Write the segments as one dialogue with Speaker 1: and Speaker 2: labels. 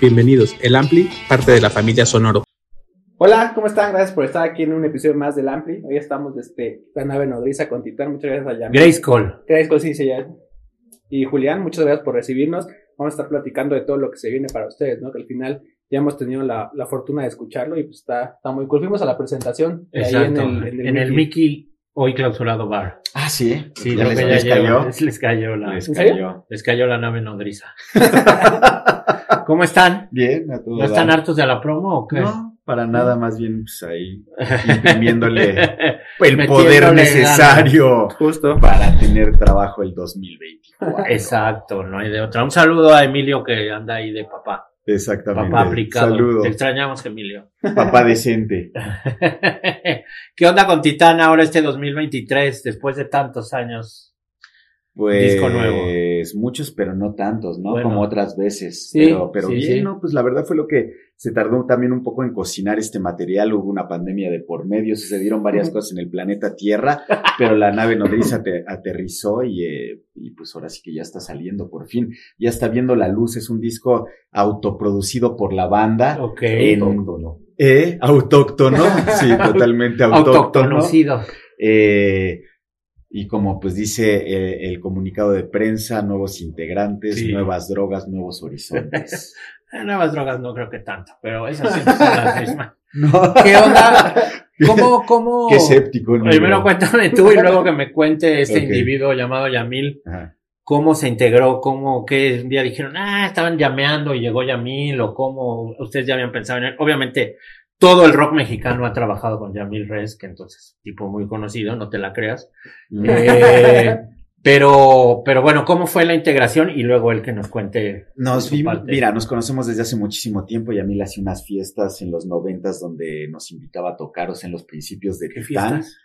Speaker 1: Bienvenidos, el Ampli, parte de la familia Sonoro.
Speaker 2: Hola, ¿cómo están? Gracias por estar aquí en un episodio más del Ampli. Hoy estamos desde la nave nodriza con Titán. Muchas gracias a Jan.
Speaker 3: Grace Cole.
Speaker 2: Gracias, Cosí, sí, ya. Y Julián, muchas gracias por recibirnos. Vamos a estar platicando de todo lo que se viene para ustedes, ¿no? Que al final ya hemos tenido la, la fortuna de escucharlo y pues está, está muy cool. Fuimos a la presentación de ahí
Speaker 3: Exacto. En el,
Speaker 2: Mickey.
Speaker 3: Mickey, hoy clausurado bar.
Speaker 4: Ah, sí.
Speaker 3: Sí,
Speaker 4: les,
Speaker 3: lo que ya
Speaker 4: les cayó.
Speaker 3: llevan- les cayó la,
Speaker 4: Les
Speaker 2: ¿En serio?
Speaker 4: cayó.
Speaker 3: les cayó la nave nodriza. ¿Cómo están?
Speaker 4: Bien, a todo
Speaker 3: ¿No están
Speaker 4: dar.
Speaker 3: hartos de la promo o qué?
Speaker 4: No, pues. para nada, más bien pues, ahí imprimiéndole el
Speaker 3: Metiéndole
Speaker 4: poder
Speaker 3: ganas.
Speaker 4: necesario
Speaker 2: Justo.
Speaker 4: para tener trabajo el 2020.
Speaker 3: Exacto, no hay de otra. Un saludo a Emilio que anda ahí de papá.
Speaker 4: Exactamente.
Speaker 3: Papá aplicado.
Speaker 4: Saludos.
Speaker 3: Te extrañamos, Emilio.
Speaker 4: Papá decente.
Speaker 3: ¿Qué onda con Titán ahora este 2023, después de tantos años?
Speaker 4: Pues
Speaker 3: Disco nuevo.
Speaker 4: muchos, pero no tantos, ¿no?
Speaker 3: Bueno.
Speaker 4: Como otras veces.
Speaker 2: Sí,
Speaker 4: pero pero
Speaker 3: sí,
Speaker 4: bien,
Speaker 3: sí.
Speaker 4: ¿no? Pues la verdad fue lo que se tardó también un poco en cocinar este material. Hubo una pandemia de por medio, sucedieron varias cosas en el planeta Tierra, pero la nave nodriza ate- aterrizó y, eh, y pues ahora sí que ya está saliendo por fin. Ya está viendo la luz, es un disco autoproducido por la banda.
Speaker 3: Ok.
Speaker 4: En- ¿Eh? Autóctono. Sí, totalmente autóctono.
Speaker 3: Autoconocido.
Speaker 4: Eh, y como pues dice eh, el comunicado de prensa, nuevos integrantes,
Speaker 3: Sí.
Speaker 4: nuevas drogas, nuevos horizontes.
Speaker 3: Eh, Nuevas drogas no creo que tanto, pero esas siempre son las mismas.
Speaker 4: no,
Speaker 3: ¿Qué onda? ¿Cómo, pues, cómo?
Speaker 4: qué escéptico. ¿no?
Speaker 3: Primero cuéntame tú y luego que me cuente este
Speaker 4: Ok.
Speaker 3: individuo llamado Yamil,
Speaker 4: Ajá.
Speaker 3: cómo se integró, cómo, que un día dijeron, ah, estaban llameando y llegó Yamil, o cómo ustedes ya habían pensado en él. Obviamente, todo el rock mexicano ha trabajado con Yamil Res, que entonces, tipo muy conocido, no te la creas. Eh, pero, pero bueno, ¿cómo fue la integración? Y luego él que nos cuente.
Speaker 4: Nos
Speaker 3: Por su
Speaker 4: vimos,
Speaker 3: parte.
Speaker 4: mira, nos conocemos desde hace muchísimo tiempo y a mí le hacía unas fiestas en los noventas donde nos invitaba a tocaros en los principios de
Speaker 3: ¿Qué
Speaker 4: Titán.
Speaker 3: fiestas?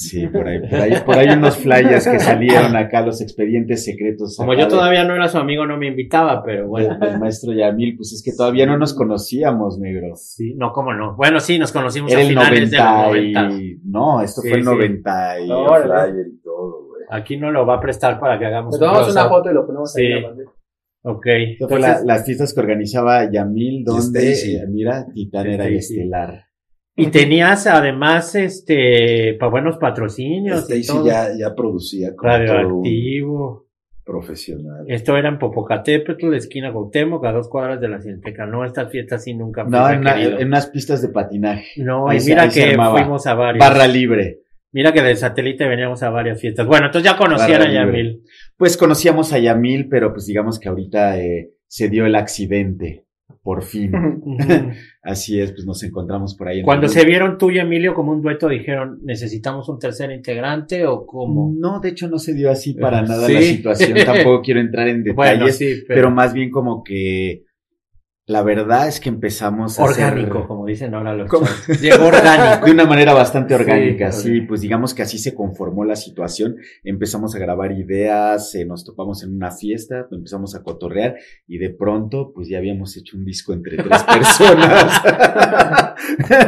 Speaker 4: Sí, por ahí, por ahí, por ahí unos flyers que salieron acá, los expedientes secretos.
Speaker 3: Como
Speaker 4: acá
Speaker 3: yo
Speaker 4: de-
Speaker 3: todavía no era su amigo, no me invitaba, pero bueno.
Speaker 4: del- del maestro Yamil, pues es que todavía no nos conocíamos, negro.
Speaker 3: Sí, no, cómo no. Bueno, sí, nos conocimos
Speaker 4: Era
Speaker 3: a
Speaker 4: el
Speaker 3: finales de los
Speaker 4: 90
Speaker 3: 90.
Speaker 4: y... No, esto
Speaker 3: Sí,
Speaker 4: fue el
Speaker 3: sí.
Speaker 4: 90 y...
Speaker 2: Órale.
Speaker 4: flyer y todo, güey.
Speaker 3: Aquí no lo va a prestar para que hagamos
Speaker 2: Le tomamos
Speaker 3: close-up.
Speaker 2: una foto y lo ponemos ahí en
Speaker 3: Sí.
Speaker 2: la pantalla.
Speaker 3: Ok.
Speaker 4: Esto fue
Speaker 3: Entonces,
Speaker 4: la- las fiestas que organizaba Yamil, donde,
Speaker 1: Stacy.
Speaker 4: eh, mira, Titán era el
Speaker 3: Stacy.
Speaker 4: estelar.
Speaker 3: Y tenías además este para buenos patrocinios.
Speaker 2: Este,
Speaker 3: y
Speaker 1: Stacy
Speaker 3: todo.
Speaker 1: ya, ya producía como todo un
Speaker 3: Radioactivo.
Speaker 1: profesional.
Speaker 3: Esto era en Popocatépetl, esquina Cuauhtémoc, a dos cuadras de la Cienteca. No, estas fiestas sí nunca fui
Speaker 4: No, en, una-
Speaker 3: requerido.
Speaker 4: en unas pistas de patinaje.
Speaker 3: No,
Speaker 4: ahí
Speaker 3: y
Speaker 4: se-
Speaker 3: mira
Speaker 4: ahí se
Speaker 3: que
Speaker 4: armaba.
Speaker 3: fuimos a varios.
Speaker 4: Barra libre.
Speaker 3: Mira que del satélite veníamos a varias fiestas. Bueno, entonces ya conocían
Speaker 4: Barra
Speaker 3: a
Speaker 4: libre.
Speaker 3: Yamil.
Speaker 4: Pues conocíamos a Yamil, pero pues digamos que ahorita eh, se dio el accidente. Por fin.
Speaker 3: Ujú.
Speaker 4: Así es, pues nos encontramos por ahí. en
Speaker 3: Cuando
Speaker 4: el-
Speaker 3: se vieron tú y Emilio como un dueto, dijeron, ¿necesitamos un tercer integrante o cómo?
Speaker 4: No, de hecho no se dio así para
Speaker 3: Eh,
Speaker 4: nada
Speaker 3: sí.
Speaker 4: la situación. Tampoco quiero entrar en Mm, detalles.
Speaker 3: Bueno, sí,
Speaker 4: pero,
Speaker 3: pero,
Speaker 4: más bien como que la verdad es que empezamos a
Speaker 3: orgánico,
Speaker 4: hacer-
Speaker 3: como dicen ahora los
Speaker 4: ¿Cómo?
Speaker 3: chavos. Llegó orgánico.
Speaker 4: de una manera bastante
Speaker 3: Sí,
Speaker 4: orgánica, sí,
Speaker 3: orgánico.
Speaker 4: pues digamos que así se conformó la situación, empezamos a grabar ideas, eh, nos topamos en una fiesta, empezamos a cotorrear y de pronto pues ya habíamos hecho un disco entre tres personas.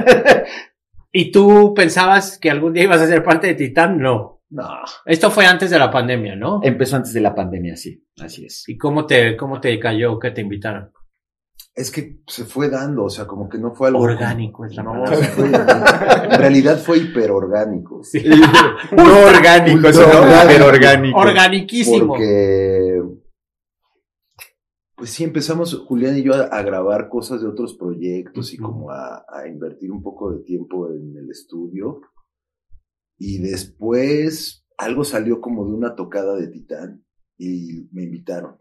Speaker 3: ¿Y tú pensabas que algún día ibas a ser parte de Titán? No.
Speaker 4: No.
Speaker 3: Esto fue antes de la pandemia, ¿no?
Speaker 4: Empezó antes de la pandemia, sí, así es.
Speaker 3: ¿Y cómo te, cómo te cayó que te invitaron?
Speaker 1: Es que se fue dando, o sea, como que no fue algo.
Speaker 3: Orgánico es la
Speaker 1: No,
Speaker 3: palabra.
Speaker 1: se fue- en realidad fue hiperorgánico.
Speaker 3: Sí.
Speaker 4: no orgánico, eso no, pero orgánico.
Speaker 3: Organiquísimo.
Speaker 1: Porque. Pues sí, empezamos Julián y yo a, a grabar cosas de otros proyectos y
Speaker 3: Ujú.
Speaker 1: como a, a invertir un poco de tiempo en el estudio. Y después algo salió como de una tocada de Titán y me invitaron.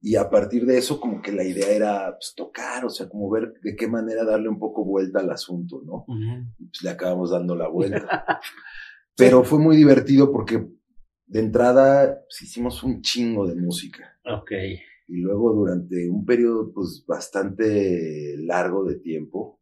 Speaker 1: Y a partir de eso como que la idea era pues, tocar, o sea, como ver de qué manera darle un poco vuelta al asunto, ¿no?
Speaker 3: Ujú.
Speaker 1: y, pues le acabamos dando la vuelta. Pero fue muy divertido porque de entrada pues, hicimos un chingo de música
Speaker 3: Ok.
Speaker 1: y luego durante un periodo pues bastante largo de tiempo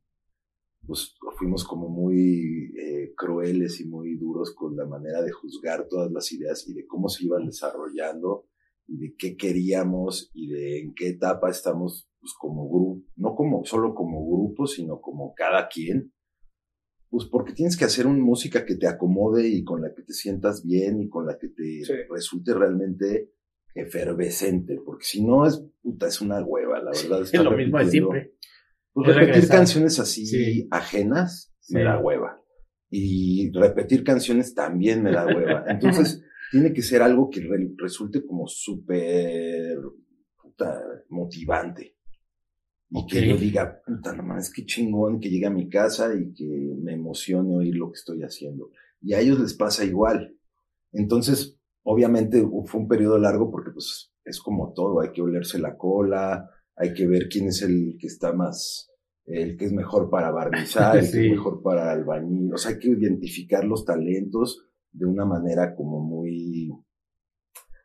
Speaker 1: pues fuimos como muy eh, crueles y muy duros con la manera de juzgar todas las ideas y de cómo se iban desarrollando y de qué queríamos y de en qué etapa estamos pues como grupo, no como solo como grupo, sino como cada quien. Pues porque tienes que hacer una música que te acomode y con la que te sientas bien y con la que te
Speaker 2: Sí.
Speaker 1: resulte realmente efervescente, porque si no es puta, es una hueva, la verdad.
Speaker 3: Es
Speaker 1: estar
Speaker 3: lo mismo de
Speaker 1: repitiendo.
Speaker 3: siempre.
Speaker 1: Pues
Speaker 3: Es
Speaker 1: repetir
Speaker 3: regresar.
Speaker 1: canciones así
Speaker 3: Sí.
Speaker 1: ajenas me
Speaker 3: Sí.
Speaker 1: da hueva. Y repetir canciones también me da hueva. Entonces, tiene que ser algo que re- resulte como súper puta, motivante. Y
Speaker 3: Ok.
Speaker 1: que yo diga, puta, no mames, qué chingón que llegue a mi casa y que me emocione oír lo que estoy haciendo. Y a ellos les pasa igual. Entonces, obviamente hu- fue un periodo largo porque pues es como todo, hay que olerse la cola, hay que ver quién es el que está más, el que es mejor para barnizar, el que
Speaker 3: Sí.
Speaker 1: es mejor para albañil, o sea, hay que identificar los talentos de una manera como muy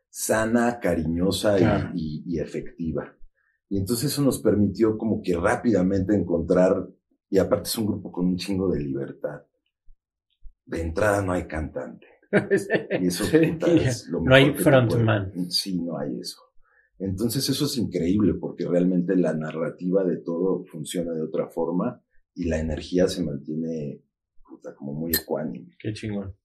Speaker 1: sana, cariñosa y-
Speaker 3: Claro.
Speaker 1: y- y efectiva. Y entonces eso nos permitió como que rápidamente encontrar, y aparte es un grupo con un chingo de libertad. De entrada no hay cantante. Y eso
Speaker 2: Sí.
Speaker 1: puta, es lo
Speaker 3: No
Speaker 1: mejor
Speaker 3: hay
Speaker 1: que te
Speaker 3: frontman.
Speaker 1: puede- Sí, no hay eso. Entonces eso es increíble porque realmente la narrativa de todo funciona de otra forma y la energía se mantiene puta, como muy ecuánime.
Speaker 3: Qué chingón.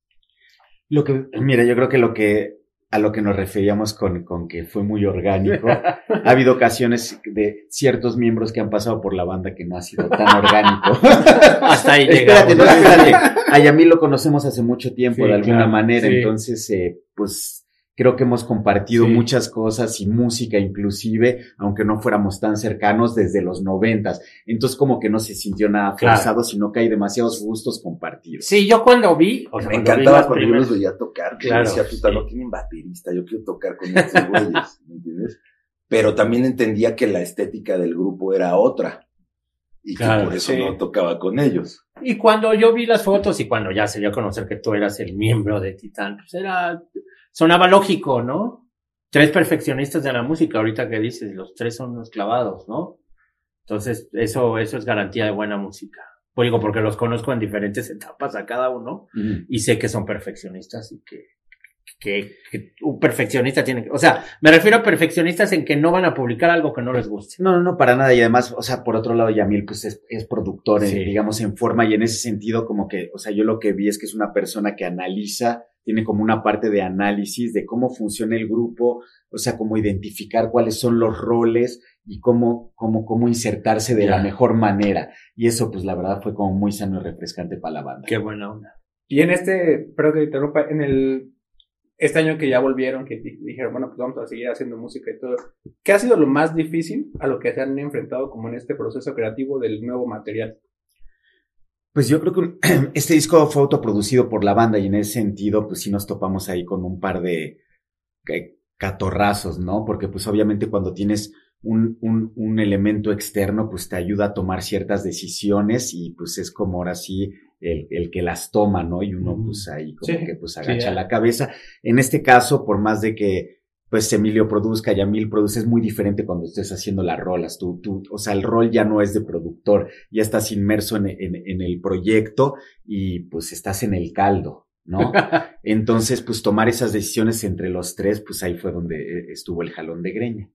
Speaker 4: Lo que, mira, yo creo que lo que a lo que nos referíamos con, con que fue muy orgánico. Ha habido ocasiones de ciertos miembros que han pasado por la banda que no ha sido tan orgánico.
Speaker 3: Hasta ahí
Speaker 4: Espérate, no,
Speaker 3: llegamos.
Speaker 4: espérate. A Yamil lo conocemos hace mucho
Speaker 3: Sí,
Speaker 4: tiempo, de alguna
Speaker 3: claro,
Speaker 4: manera.
Speaker 3: sí.
Speaker 4: Entonces, eh, pues creo que hemos compartido
Speaker 3: Sí.
Speaker 4: muchas cosas y música inclusive, aunque no fuéramos tan cercanos desde los noventas. Entonces, como que no se sintió nada
Speaker 3: Claro.
Speaker 4: forzado, sino que hay demasiados gustos compartidos.
Speaker 3: Sí, yo cuando vi. o sea, cuando
Speaker 1: me
Speaker 3: vi
Speaker 1: encantaba
Speaker 3: las
Speaker 1: cuando yo
Speaker 3: primeras-
Speaker 1: los veía tocar, que
Speaker 3: Claro,
Speaker 1: yo decía, puta,
Speaker 3: sí.
Speaker 1: no tienen baterista, yo quiero tocar con estos güeyes, ¿me entiendes? Pero también entendía que la estética del grupo era otra y
Speaker 3: Claro,
Speaker 1: que por eso
Speaker 2: sí.
Speaker 1: no tocaba con ellos.
Speaker 3: Y cuando yo vi las fotos y cuando ya se dio a conocer que tú eras el miembro de Titán, pues era, sonaba lógico, ¿no? Tres perfeccionistas de la música, ahorita que dices, los tres son unos clavados, ¿no? Entonces, eso, eso es garantía de buena música. Pues digo, porque los conozco en diferentes etapas a cada uno y sé que son perfeccionistas y que, que, que un perfeccionista tiene que, o sea, me refiero a perfeccionistas en que no van a publicar algo que no les guste.
Speaker 4: No, no, no, para nada. Y además, o sea, por otro lado, Yamil, pues es, es productor, eh,
Speaker 3: Sí.
Speaker 4: digamos, en forma y en ese sentido, como que, o sea, yo lo que vi es que es una persona que analiza, tiene como una parte de análisis de cómo funciona el grupo, o sea, cómo identificar cuáles son los roles y cómo, cómo, cómo insertarse de la
Speaker 3: Ya.
Speaker 4: mejor manera. Y eso, pues la verdad, fue como muy sano y refrescante para la banda.
Speaker 3: Qué buena onda.
Speaker 2: Y en este, perdón que te interrumpa, en el este año que ya volvieron, que di- dijeron, bueno, pues vamos a seguir haciendo música y todo, ¿qué ha sido lo más difícil a lo que se han enfrentado como en este proceso creativo del nuevo material?
Speaker 4: Pues yo creo que un- este disco fue autoproducido por la banda y en ese sentido, pues sí nos topamos ahí con un par de eh, catorrazos, ¿no? Porque pues obviamente cuando tienes un, un, un elemento externo, pues te ayuda a tomar ciertas decisiones y pues es como ahora sí el, el que las toma, ¿no? Y uno
Speaker 3: Ujú.
Speaker 4: pues ahí como
Speaker 2: Sí,
Speaker 4: que pues agacha
Speaker 3: ya.
Speaker 4: la cabeza. En este caso, por más de que pues Emilio produzca, Yamil produce, es muy diferente cuando estés haciendo las rolas. Tú, tú, o sea, el rol ya no es de productor, ya estás inmerso en, en, en el proyecto y pues estás en el caldo, ¿no? Entonces, pues tomar esas decisiones entre los tres, pues ahí fue donde eh, estuvo el jalón de greña.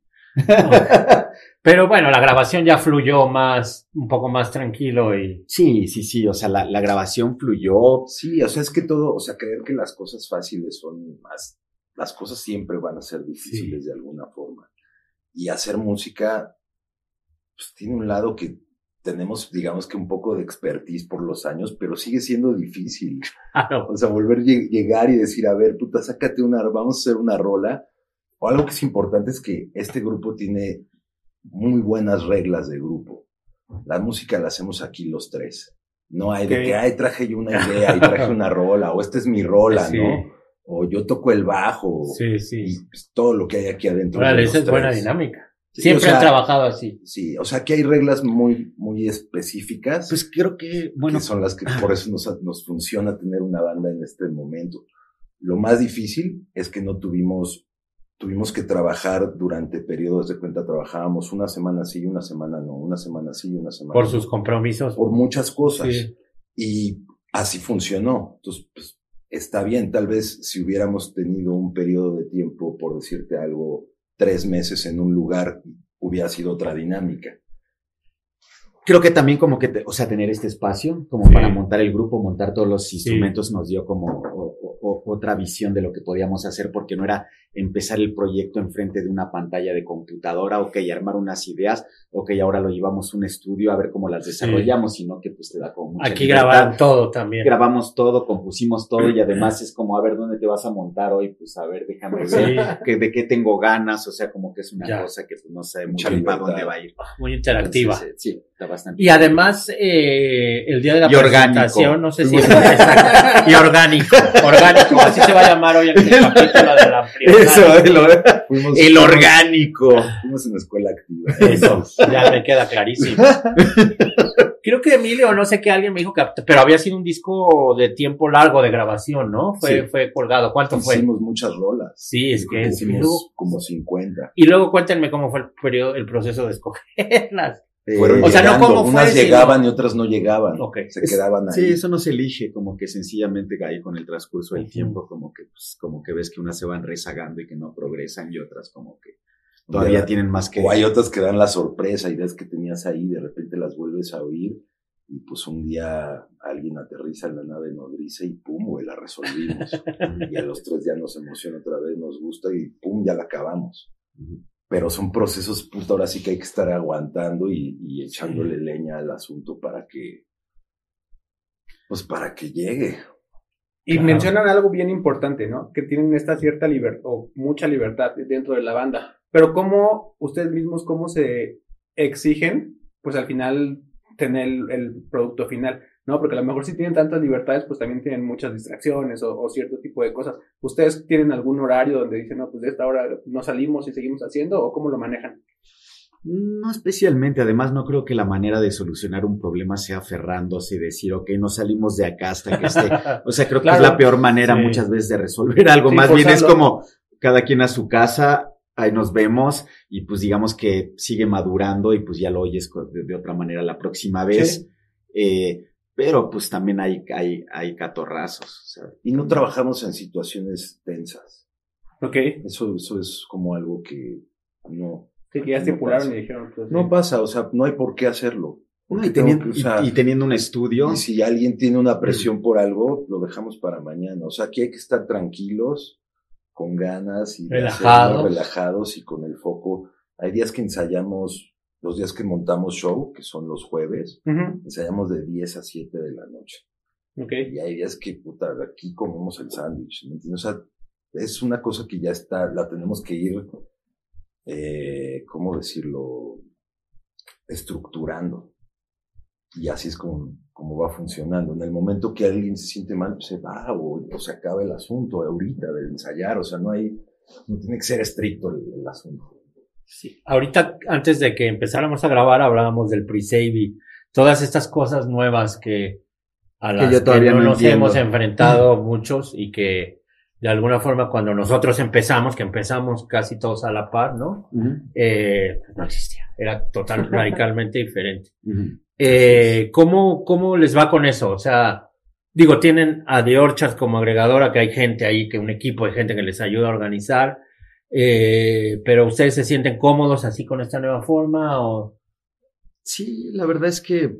Speaker 3: Pero bueno, la grabación ya fluyó más, un poco más tranquilo y
Speaker 4: Sí, sí, sí, o sea, la, la grabación fluyó.
Speaker 1: Sí, o sea, es que todo, o sea, creer que las cosas fáciles son más, las cosas siempre van a ser difíciles de alguna forma. Y hacer música, pues tiene un lado que tenemos, digamos que un poco de expertise por los años, pero sigue siendo difícil.
Speaker 3: claro,
Speaker 1: O sea, volver a lleg- llegar y decir, a ver, puta, sácate una, vamos a hacer una rola. O algo que es importante es que este grupo tiene muy buenas reglas de grupo. La música la hacemos aquí los tres. No hay de
Speaker 2: Ok.
Speaker 1: que, ay, traje yo una idea y traje una rola, o esta es mi rola,
Speaker 3: sí,
Speaker 1: ¿no? O yo toco el bajo,
Speaker 3: sí, sí.
Speaker 1: y pues, todo lo que hay aquí adentro. de
Speaker 3: Órale,
Speaker 1: los
Speaker 3: esa es
Speaker 1: tres.
Speaker 3: buena dinámica.
Speaker 1: Sí,
Speaker 3: Siempre
Speaker 1: o sea,
Speaker 3: han trabajado así.
Speaker 1: Sí, o sea, aquí hay reglas muy, muy específicas
Speaker 4: Pues creo que, bueno,
Speaker 1: que son las que por eso nos, nos funciona tener una banda en este momento. Lo más difícil es que no tuvimos, tuvimos que trabajar durante periodos de cuenta, trabajábamos una semana sí, una semana no, una semana sí, una semana
Speaker 3: Por
Speaker 1: no,
Speaker 3: sus compromisos.
Speaker 1: por muchas cosas.
Speaker 3: Sí.
Speaker 1: Y así funcionó. Entonces, pues, está bien, tal vez si hubiéramos tenido un periodo de tiempo, por decirte algo, tres meses en un lugar, hubiera sido otra dinámica.
Speaker 4: creo que también como que, te- o sea, tener este espacio como
Speaker 3: Sí.
Speaker 4: para montar el grupo, montar todos los instrumentos nos dio como o- o- o- otra visión de lo que podíamos hacer porque no era empezar el proyecto enfrente de una pantalla de computadora, ok, armar unas ideas, ok, ahora lo llevamos a un estudio a ver cómo las desarrollamos, sino que pues te da como mucha
Speaker 3: Aquí
Speaker 4: libertad.
Speaker 3: grabaron todo también.
Speaker 4: Grabamos todo, compusimos todo y además es como, a ver, ¿dónde te vas a montar hoy? Pues a ver, déjame ver
Speaker 3: Sí,
Speaker 4: que- de qué tengo ganas, o sea, como que es una
Speaker 3: Ya.
Speaker 4: cosa que pues, no sabe
Speaker 1: Mucha
Speaker 4: mucho bien para
Speaker 1: libertad.
Speaker 4: dónde va a ir.
Speaker 3: muy interactiva.
Speaker 4: Entonces, eh, sí, está bastante.
Speaker 3: Y además, eh, el día de la
Speaker 4: Y orgánico.
Speaker 3: presentación, no sé si. Exacto. y orgánico. Orgánico, así se va a llamar hoy el capítulo de la prieta.
Speaker 1: Fuimos-
Speaker 3: El orgánico.
Speaker 1: Fuimos una escuela activa.
Speaker 3: Eso, ya me queda clarísimo. Creo que Emilio, no sé qué, alguien me dijo que. Pero había sido un disco de tiempo largo de grabación, ¿no? Fue,
Speaker 1: Sí.
Speaker 3: fue colgado. ¿Cuánto fue?
Speaker 1: Hicimos muchas rolas.
Speaker 3: Sí, es que.
Speaker 1: Hicimos como 50.
Speaker 3: Y luego cuéntenme cómo fue el periodo, el proceso de escogerlas.
Speaker 1: Fueron
Speaker 3: Eh, o sea, no
Speaker 1: llegando,
Speaker 3: cómo fue,
Speaker 1: Unas
Speaker 3: sino-
Speaker 1: llegaban y otras no llegaban.
Speaker 3: Ok.
Speaker 1: Se
Speaker 4: Es-
Speaker 1: quedaban ahí.
Speaker 4: Sí, eso no se elige, como que sencillamente ahí con el transcurso del
Speaker 3: Ujú.
Speaker 4: tiempo, como que, pues, como que ves que unas se van rezagando y que no progresan y otras como que
Speaker 1: Ya
Speaker 4: todavía
Speaker 1: la-
Speaker 4: tienen más que...
Speaker 1: O hay otras que dan la sorpresa, ideas que tenías ahí, de repente las vuelves a oír y pues un día alguien aterriza en la nave nodriza y pum, güey, la resolvimos. y a los tres días nos emociona otra vez, nos gusta y pum, ya la acabamos.
Speaker 4: Ujú.
Speaker 1: Pero son procesos, puta, ahora sí que hay que estar aguantando y, y echándole leña al asunto para que, pues para que llegue.
Speaker 2: Y
Speaker 3: Claro.
Speaker 2: mencionan algo bien importante, ¿no? Que tienen esta cierta libertad, o mucha libertad dentro de la banda. Pero cómo ustedes mismos, cómo se exigen, pues al final tener el, el producto final, ¿no? Porque a lo mejor si tienen tantas libertades, pues también tienen muchas distracciones o, o cierto tipo de cosas. ¿Ustedes tienen algún horario donde dicen, no, pues de esta hora no salimos y seguimos haciendo? ¿O cómo lo manejan?
Speaker 4: No especialmente, además no creo que la manera de solucionar un problema sea aferrándose y decir, ok, no salimos de acá hasta que esté. O sea, creo que
Speaker 2: Claro.
Speaker 4: es la peor manera
Speaker 3: Sí.
Speaker 4: muchas veces de resolver algo.
Speaker 2: Sí,
Speaker 4: Más bien es
Speaker 2: forzarlo.
Speaker 4: como cada quien a su casa, ahí nos vemos y pues digamos que sigue madurando y pues ya lo oyes co- de, de otra manera la próxima vez. Eh, pero pues también hay, hay, hay catorrazos. o sea,
Speaker 1: Y no trabajamos en situaciones tensas.
Speaker 2: Ok.
Speaker 1: Eso, eso es como algo que no,
Speaker 2: Sí, que ya
Speaker 1: No
Speaker 2: estipularon
Speaker 1: pasa.
Speaker 2: y dijeron, pues,
Speaker 1: no
Speaker 2: sí.
Speaker 1: pasa, o sea, no hay por qué hacerlo.
Speaker 4: y,
Speaker 1: Porque tengo
Speaker 4: teniendo,
Speaker 1: que usar-
Speaker 4: y- y teniendo un estudio.
Speaker 1: Y si alguien tiene una presión por algo, lo dejamos para mañana. O sea, aquí hay que estar tranquilos, con ganas y de
Speaker 3: Relajados.
Speaker 1: hacerlo, relajados y con el foco. Hay días que ensayamos, los días que montamos show, que son los jueves,
Speaker 2: Ujú,
Speaker 1: ensayamos de 10 a 7 de la noche.
Speaker 2: Ok.
Speaker 1: Y hay días que, puta, aquí comemos el sándwich, ¿me entiendes? O sea, es una cosa que ya está, la tenemos que ir, eh, ¿cómo decirlo? Estructurando. Y así es como, como va funcionando. En el momento que alguien se siente mal, pues se va o, o se acaba el asunto ahorita de ensayar. O sea, no hay, no tiene que ser estricto el, el asunto.
Speaker 3: Sí. Ahorita, antes de que empezáramos a grabar, hablábamos del pre-save y todas estas cosas nuevas que a las que,
Speaker 4: yo todavía
Speaker 3: no,
Speaker 4: no
Speaker 3: nos
Speaker 4: entiendo.
Speaker 3: hemos enfrentado muchos y que de alguna forma cuando nosotros empezamos, que empezamos casi todos a la par, ¿no?
Speaker 4: Ujú,
Speaker 3: Eh, no existía, era total, radicalmente diferente.
Speaker 4: ujú.
Speaker 3: Eh, ¿cómo, ¿Cómo les va con eso? O sea, digo, tienen a The Orchard como agregadora, que hay gente ahí, que un equipo de gente que les ayuda a organizar, eh, pero ustedes se sienten cómodos así con esta nueva forma o
Speaker 4: Sí, la verdad es que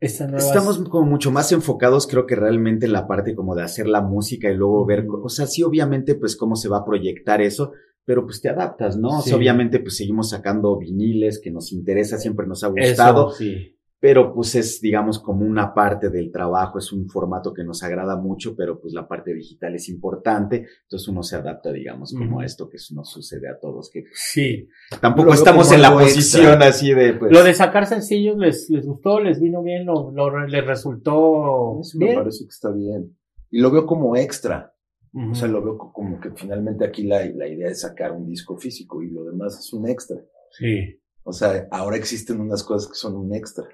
Speaker 3: esta nueva...
Speaker 4: Estamos como mucho más enfocados, creo que realmente en la parte como de hacer la música y luego ver, o sea, sí, obviamente, pues cómo se va a proyectar eso, pero pues te adaptas, ¿no? O sea,
Speaker 3: Sí.
Speaker 4: obviamente, pues seguimos sacando viniles que nos interesa, siempre nos ha
Speaker 3: Eso,
Speaker 4: gustado,
Speaker 3: sí.
Speaker 4: pero pues es, digamos, como una parte del trabajo, es un formato que nos agrada mucho, pero pues la parte digital es importante, entonces uno se adapta, digamos, como
Speaker 3: Ujú.
Speaker 4: a esto que nos sucede a todos, que
Speaker 3: Sí.
Speaker 4: tampoco
Speaker 1: veo
Speaker 4: estamos
Speaker 1: como
Speaker 4: en la
Speaker 1: algo extra.
Speaker 4: posición así de, pues,
Speaker 3: Lo de sacar sencillos les, les gustó, les vino bien, lo, lo- les resultó
Speaker 1: Eso me
Speaker 3: bien.
Speaker 1: parece que está bien. Y lo veo como extra.
Speaker 3: Ujú.
Speaker 1: O sea, lo veo co- como que finalmente aquí la, la idea es sacar un disco físico y lo demás es un extra.
Speaker 3: Sí.
Speaker 1: O sea, ahora existen unas cosas que son un extra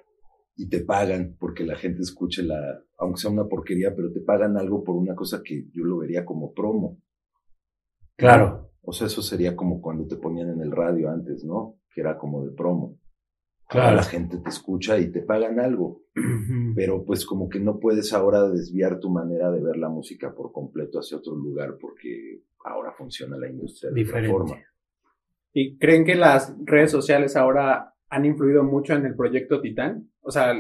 Speaker 1: y te pagan porque la gente escuche la, aunque sea una porquería, pero te pagan algo por una cosa que yo lo vería como promo.
Speaker 3: Claro,
Speaker 1: O sea, eso sería como cuando te ponían en el radio antes, ¿no? Que era como de promo. Ahora
Speaker 3: claro.
Speaker 1: la gente te escucha y te pagan algo,
Speaker 3: Ujú.
Speaker 1: pero pues como que no puedes ahora desviar tu manera de ver la música por completo hacia otro lugar porque ahora funciona la industria de
Speaker 3: Diferente.
Speaker 1: otra forma.
Speaker 2: ¿Y creen que las redes sociales ahora han influido mucho en el proyecto Titán? O sea,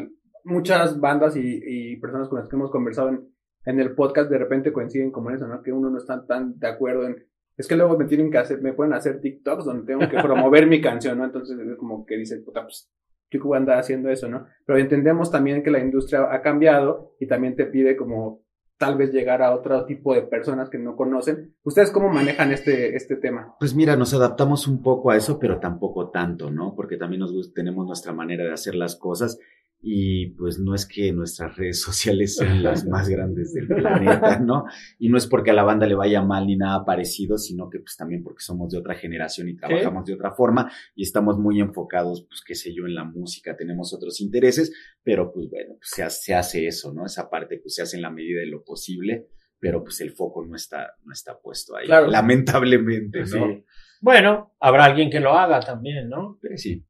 Speaker 2: muchas bandas y, y personas con las que hemos conversado en, en el podcast de repente coinciden como en eso, ¿no? Que uno no está tan de acuerdo en. Es que luego me tienen que hacer, me pueden hacer TikToks donde tengo que promover mi canción, ¿no? Entonces es como que dices, puta, pues, yo que voy a andar haciendo eso, ¿no? Pero entendemos también que la industria ha cambiado y también te pide como tal vez llegar a otro tipo de personas que no conocen. ¿Ustedes cómo manejan este, este tema?
Speaker 4: Pues mira, nos adaptamos un poco a eso, pero tampoco tanto, ¿no? Porque también nos gusta- tenemos nuestra manera de hacer las cosas y pues no es que nuestras redes sociales sean las más grandes del planeta, ¿no? Y no es porque a la banda le vaya mal ni nada parecido, sino que pues también porque somos de otra generación y trabajamos de otra forma y estamos muy enfocados, pues qué sé yo, en la música, tenemos otros intereses, pero pues bueno, pues, se, ha- se hace eso, ¿no? Esa parte pues se hace en la medida de lo posible, pero pues el foco no está, no está puesto ahí,
Speaker 2: Claro.
Speaker 4: lamentablemente, ¿no?
Speaker 3: Sí. Este, Bueno, habrá alguien que lo haga también, ¿no?
Speaker 4: Pero sí.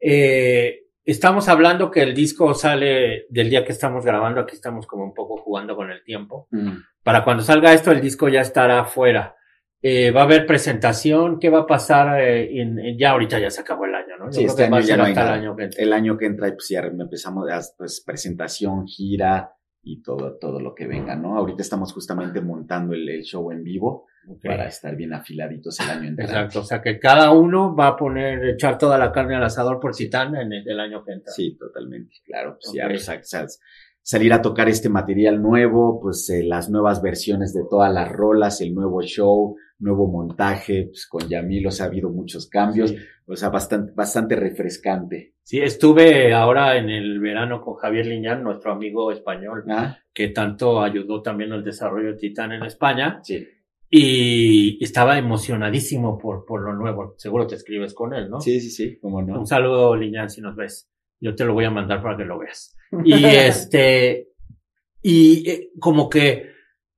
Speaker 3: Eh, estamos hablando que el disco sale del día que estamos grabando, aquí estamos como un poco jugando con el tiempo.
Speaker 4: Mm.
Speaker 3: Para cuando salga esto, el disco ya estará afuera. Eh, va a haber presentación, ¿qué va a pasar? eh, en, en- ya ahorita ya se acabó el año, ¿no? Yo
Speaker 4: Sí,
Speaker 3: creo
Speaker 4: este
Speaker 3: que va
Speaker 4: año
Speaker 3: a
Speaker 4: ya
Speaker 3: ser
Speaker 4: no hay
Speaker 3: hasta el
Speaker 4: nada.
Speaker 3: año que entra.
Speaker 4: El año que entra, pues ya empezamos a, pues, presentación, gira y todo, todo lo que venga, ¿no? Ahorita estamos justamente montando el, el show en vivo
Speaker 3: Ok.
Speaker 4: para estar bien afiladitos el año entrante.
Speaker 3: Exacto, o sea que cada uno va a poner, echar toda la carne al asador por Citán en el, el año que entra.
Speaker 4: Sí, totalmente, claro. Pues ya,
Speaker 3: Ok.
Speaker 4: pues, sa- sa- salir a tocar este material nuevo, pues eh, las nuevas versiones de todas las rolas, el nuevo show, nuevo montaje, pues con Yamil, o sea, ha habido muchos cambios,
Speaker 3: Sí.
Speaker 4: o sea, bastante, bastante refrescante.
Speaker 3: Sí, estuve ahora en el verano con Javier Liñán, nuestro amigo español,
Speaker 4: ¿Ah?
Speaker 3: que tanto ayudó también al desarrollo de Titán en España,
Speaker 4: Sí.
Speaker 3: y estaba emocionadísimo por, por lo nuevo. Seguro te escribes con él, ¿no?
Speaker 4: Sí, sí, sí, cómo no.
Speaker 3: Un saludo, Liñán, si nos ves. Yo te lo voy a mandar para que lo veas. Y este, y eh, como que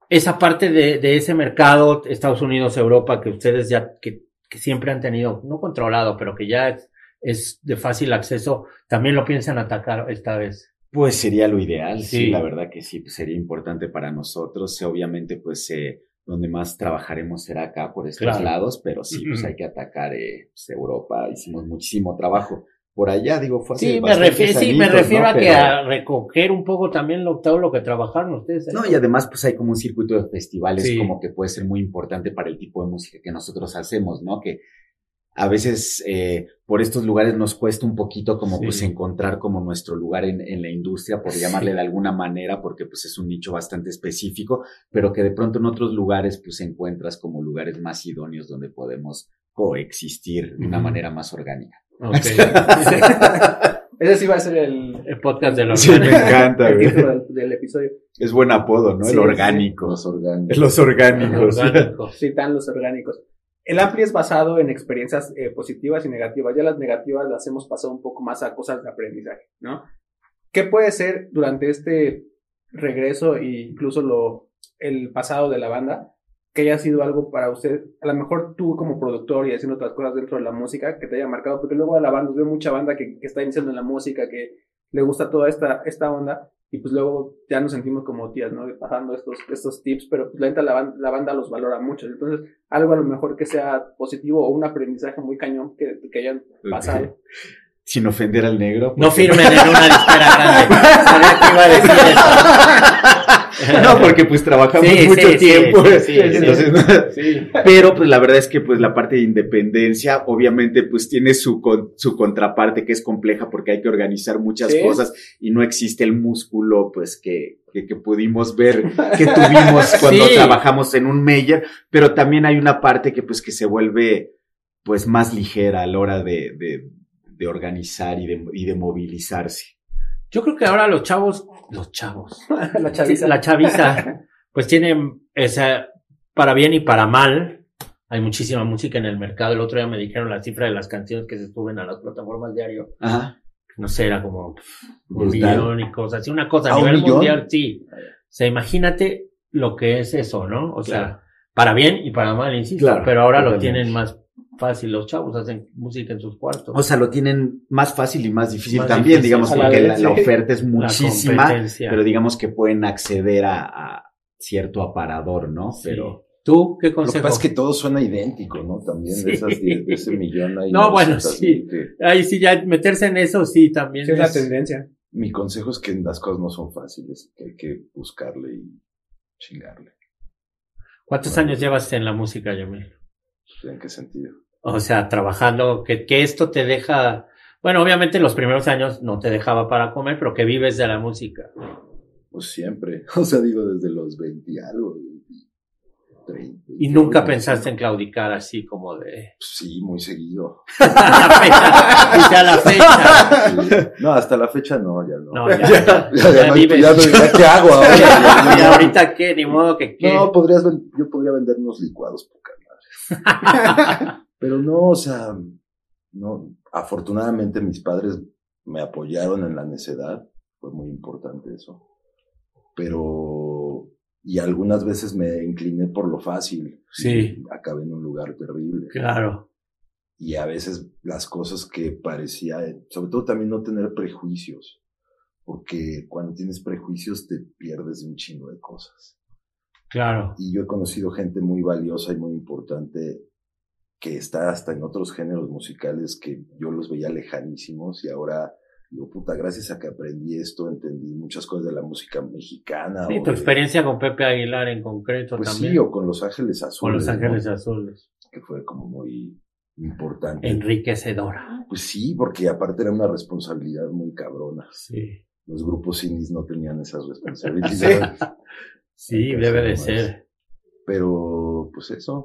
Speaker 3: esa parte de, de ese mercado, Estados Unidos, Europa, que ustedes ya, que, que siempre han tenido, no controlado, pero que ya es, es de fácil acceso, también lo piensan atacar esta vez.
Speaker 4: Pues sería lo ideal, sí.
Speaker 3: Sí.
Speaker 4: la verdad que sí, pues sería importante para nosotros. Sí, Obviamente, pues eh, donde más trabajaremos será acá por estos
Speaker 3: Claro.
Speaker 4: lados, pero sí, pues
Speaker 3: Ujú.
Speaker 4: hay que atacar eh, pues, Europa. Hicimos muchísimo trabajo por allá, digo, fue hace
Speaker 3: Sí, me
Speaker 4: bastantes
Speaker 3: refiero, sí, me
Speaker 4: añitos,
Speaker 3: refiero
Speaker 4: ¿no?
Speaker 3: a que
Speaker 4: Pero-
Speaker 3: a recoger un poco también lo, todo lo que trabajaron ustedes. ¿eh? ahí.
Speaker 4: No, y además, pues hay como un circuito de festivales
Speaker 3: Sí.
Speaker 4: como que puede ser muy importante para el tipo de música que nosotros hacemos, ¿no? Que a veces eh, por estos lugares nos cuesta un poquito como
Speaker 3: Sí.
Speaker 4: pues encontrar como nuestro lugar en, en la industria, por llamarle de alguna manera, porque pues es un nicho bastante específico, pero que de pronto en otros lugares pues encuentras como lugares más idóneos donde podemos coexistir de una
Speaker 3: Ujú.
Speaker 4: manera más orgánica.
Speaker 2: Ok. Ese sí va a ser el,
Speaker 3: El podcast de los
Speaker 4: Sí, me encanta,
Speaker 2: el
Speaker 4: güey.
Speaker 2: título del, del episodio.
Speaker 4: Es buen apodo, ¿no?
Speaker 2: Sí, sí.
Speaker 4: el orgánico.
Speaker 1: Los orgánicos.
Speaker 4: Los orgánicos.
Speaker 3: orgánicos.
Speaker 2: Citan los orgánicos. El ampli es basado en experiencias eh, positivas y negativas. Ya las negativas las hemos pasado un poco más a cosas de aprendizaje, ¿no? ¿Qué puede ser durante este regreso e incluso lo, el pasado de la banda que haya sido algo para usted? A lo mejor tú como productor y haciendo otras cosas dentro de la música que te haya marcado, porque luego a la banda, veo mucha banda que, que está iniciando en la música, que le gusta toda esta, esta onda y pues luego ya nos sentimos como tías, ¿no? Pasando estos, estos tips, pero pues la neta la, ban- la banda los valora mucho. Entonces, algo a lo mejor que sea positivo o un aprendizaje muy cañón que, que hayan pasado.
Speaker 4: Sin ofender al negro.
Speaker 3: No
Speaker 4: porque-
Speaker 3: firmen en una disquera grande. Sabía que iba a decir eso.
Speaker 4: No, porque pues trabajamos
Speaker 3: Sí,
Speaker 4: mucho
Speaker 3: sí, sí,
Speaker 4: tiempo.
Speaker 3: sí, sí,
Speaker 4: entonces,
Speaker 2: Sí.
Speaker 4: Pero pues la verdad es que pues la parte de independencia obviamente pues tiene su, con- su contraparte que es compleja porque hay que organizar muchas
Speaker 2: Sí.
Speaker 4: cosas y no existe el músculo pues que, que, que pudimos ver que tuvimos cuando
Speaker 3: Sí.
Speaker 4: trabajamos en un Meyer, pero también hay una parte que pues que se vuelve pues más ligera a la hora de, de- de organizar y de, y de movilizarse.
Speaker 3: Yo creo que ahora los chavos, los chavos,
Speaker 2: la chaviza.
Speaker 3: la chaviza, pues tienen esa, para bien y para mal. Hay muchísima música en el mercado. El otro día me dijeron la cifra de las canciones que se suben a las plataformas diario.
Speaker 4: Ajá.
Speaker 3: No sé, era como pff, un
Speaker 1: Pues,
Speaker 4: Brutal.
Speaker 3: millón y cosas así. Una cosa a
Speaker 4: ¿A un
Speaker 3: nivel
Speaker 4: millón?
Speaker 3: mundial, sí. O sea, imagínate lo que es eso, ¿no? O sea,
Speaker 4: Claro.
Speaker 3: para bien y para mal, insisto.
Speaker 4: Claro,
Speaker 3: pero ahora lo
Speaker 4: totalmente.
Speaker 3: tienen más fácil. Los chavos hacen música en sus cuartos.
Speaker 4: O sea, lo tienen más fácil y más difícil
Speaker 3: Más
Speaker 4: también,
Speaker 3: difícil.
Speaker 4: digamos,
Speaker 2: A la
Speaker 4: porque
Speaker 2: vez,
Speaker 4: la,
Speaker 2: sí.
Speaker 4: la oferta es
Speaker 3: La
Speaker 4: muchísima,
Speaker 3: competencia.
Speaker 4: pero digamos que pueden acceder a, a cierto aparador, ¿no?
Speaker 3: Sí.
Speaker 4: Pero
Speaker 3: ¿Tú qué
Speaker 1: Lo que
Speaker 3: consejo?
Speaker 1: pasa es que todo suena idéntico, ¿no? También
Speaker 3: Sí.
Speaker 1: de, esas, de, de ese millón ahí.
Speaker 3: No, bueno, sí. Ahí sí, ya meterse en eso sí también.
Speaker 2: Sí, es la
Speaker 3: es-
Speaker 2: tendencia.
Speaker 1: Mi consejo es que las cosas no son fáciles, que hay que buscarle y chingarle.
Speaker 3: ¿Cuántos años llevas en la música, Yamil?
Speaker 1: ¿En qué sentido?
Speaker 3: O sea, trabajando, que, que esto te deja, bueno, obviamente en los primeros años no te dejaba para comer, pero que vives de la música.
Speaker 1: Pues siempre. O sea, digo, desde los 20 y algo. 20, 30,
Speaker 3: Y nunca
Speaker 1: 21,
Speaker 3: pensaste en claudicar así como de...
Speaker 1: Sí, muy seguido.
Speaker 3: Hasta la fecha. Hasta la fecha.
Speaker 1: Sí. No, hasta la fecha no, ya no.
Speaker 3: No, ya, ya,
Speaker 1: Ya, ya no-
Speaker 3: vives.
Speaker 1: ya no- ya, ¿Qué hago ahora? Ya,
Speaker 3: ¿Y
Speaker 1: ya no.
Speaker 3: ahorita qué? Ni modo que qué.
Speaker 1: No, podrías ven- yo podría vender unos licuados, poca madre. Pero no, o sea, no, afortunadamente mis padres me apoyaron en la necedad, fue muy importante eso. Pero, y algunas veces me incliné por lo fácil.
Speaker 3: Sí.
Speaker 1: Y acabé en un lugar terrible.
Speaker 3: Claro.
Speaker 1: Y a veces las cosas que parecía, sobre todo también no tener prejuicios, porque cuando tienes prejuicios te pierdes de un chingo de cosas
Speaker 3: Claro.
Speaker 1: y yo he conocido gente muy valiosa y muy importante que está hasta en otros géneros musicales que yo los veía lejanísimos y ahora digo, puta, gracias a que aprendí esto, entendí muchas cosas de la música mexicana.
Speaker 3: Sí,
Speaker 1: o
Speaker 3: tu
Speaker 1: de-
Speaker 3: experiencia con Pepe Aguilar en concreto
Speaker 1: Ah, Pues
Speaker 3: también.
Speaker 1: sí, o con Los Ángeles Azules.
Speaker 3: con Los
Speaker 1: ¿no?
Speaker 3: Ángeles Azules.
Speaker 1: Que fue como muy importante.
Speaker 3: Enriquecedora.
Speaker 1: Pues sí, porque aparte era una responsabilidad muy cabrona.
Speaker 3: Sí.
Speaker 1: Los grupos indies no tenían esas responsabilidades.
Speaker 3: Sí,
Speaker 1: Entonces,
Speaker 3: debe de
Speaker 1: nomás.
Speaker 3: ser.
Speaker 1: Pero, pues eso.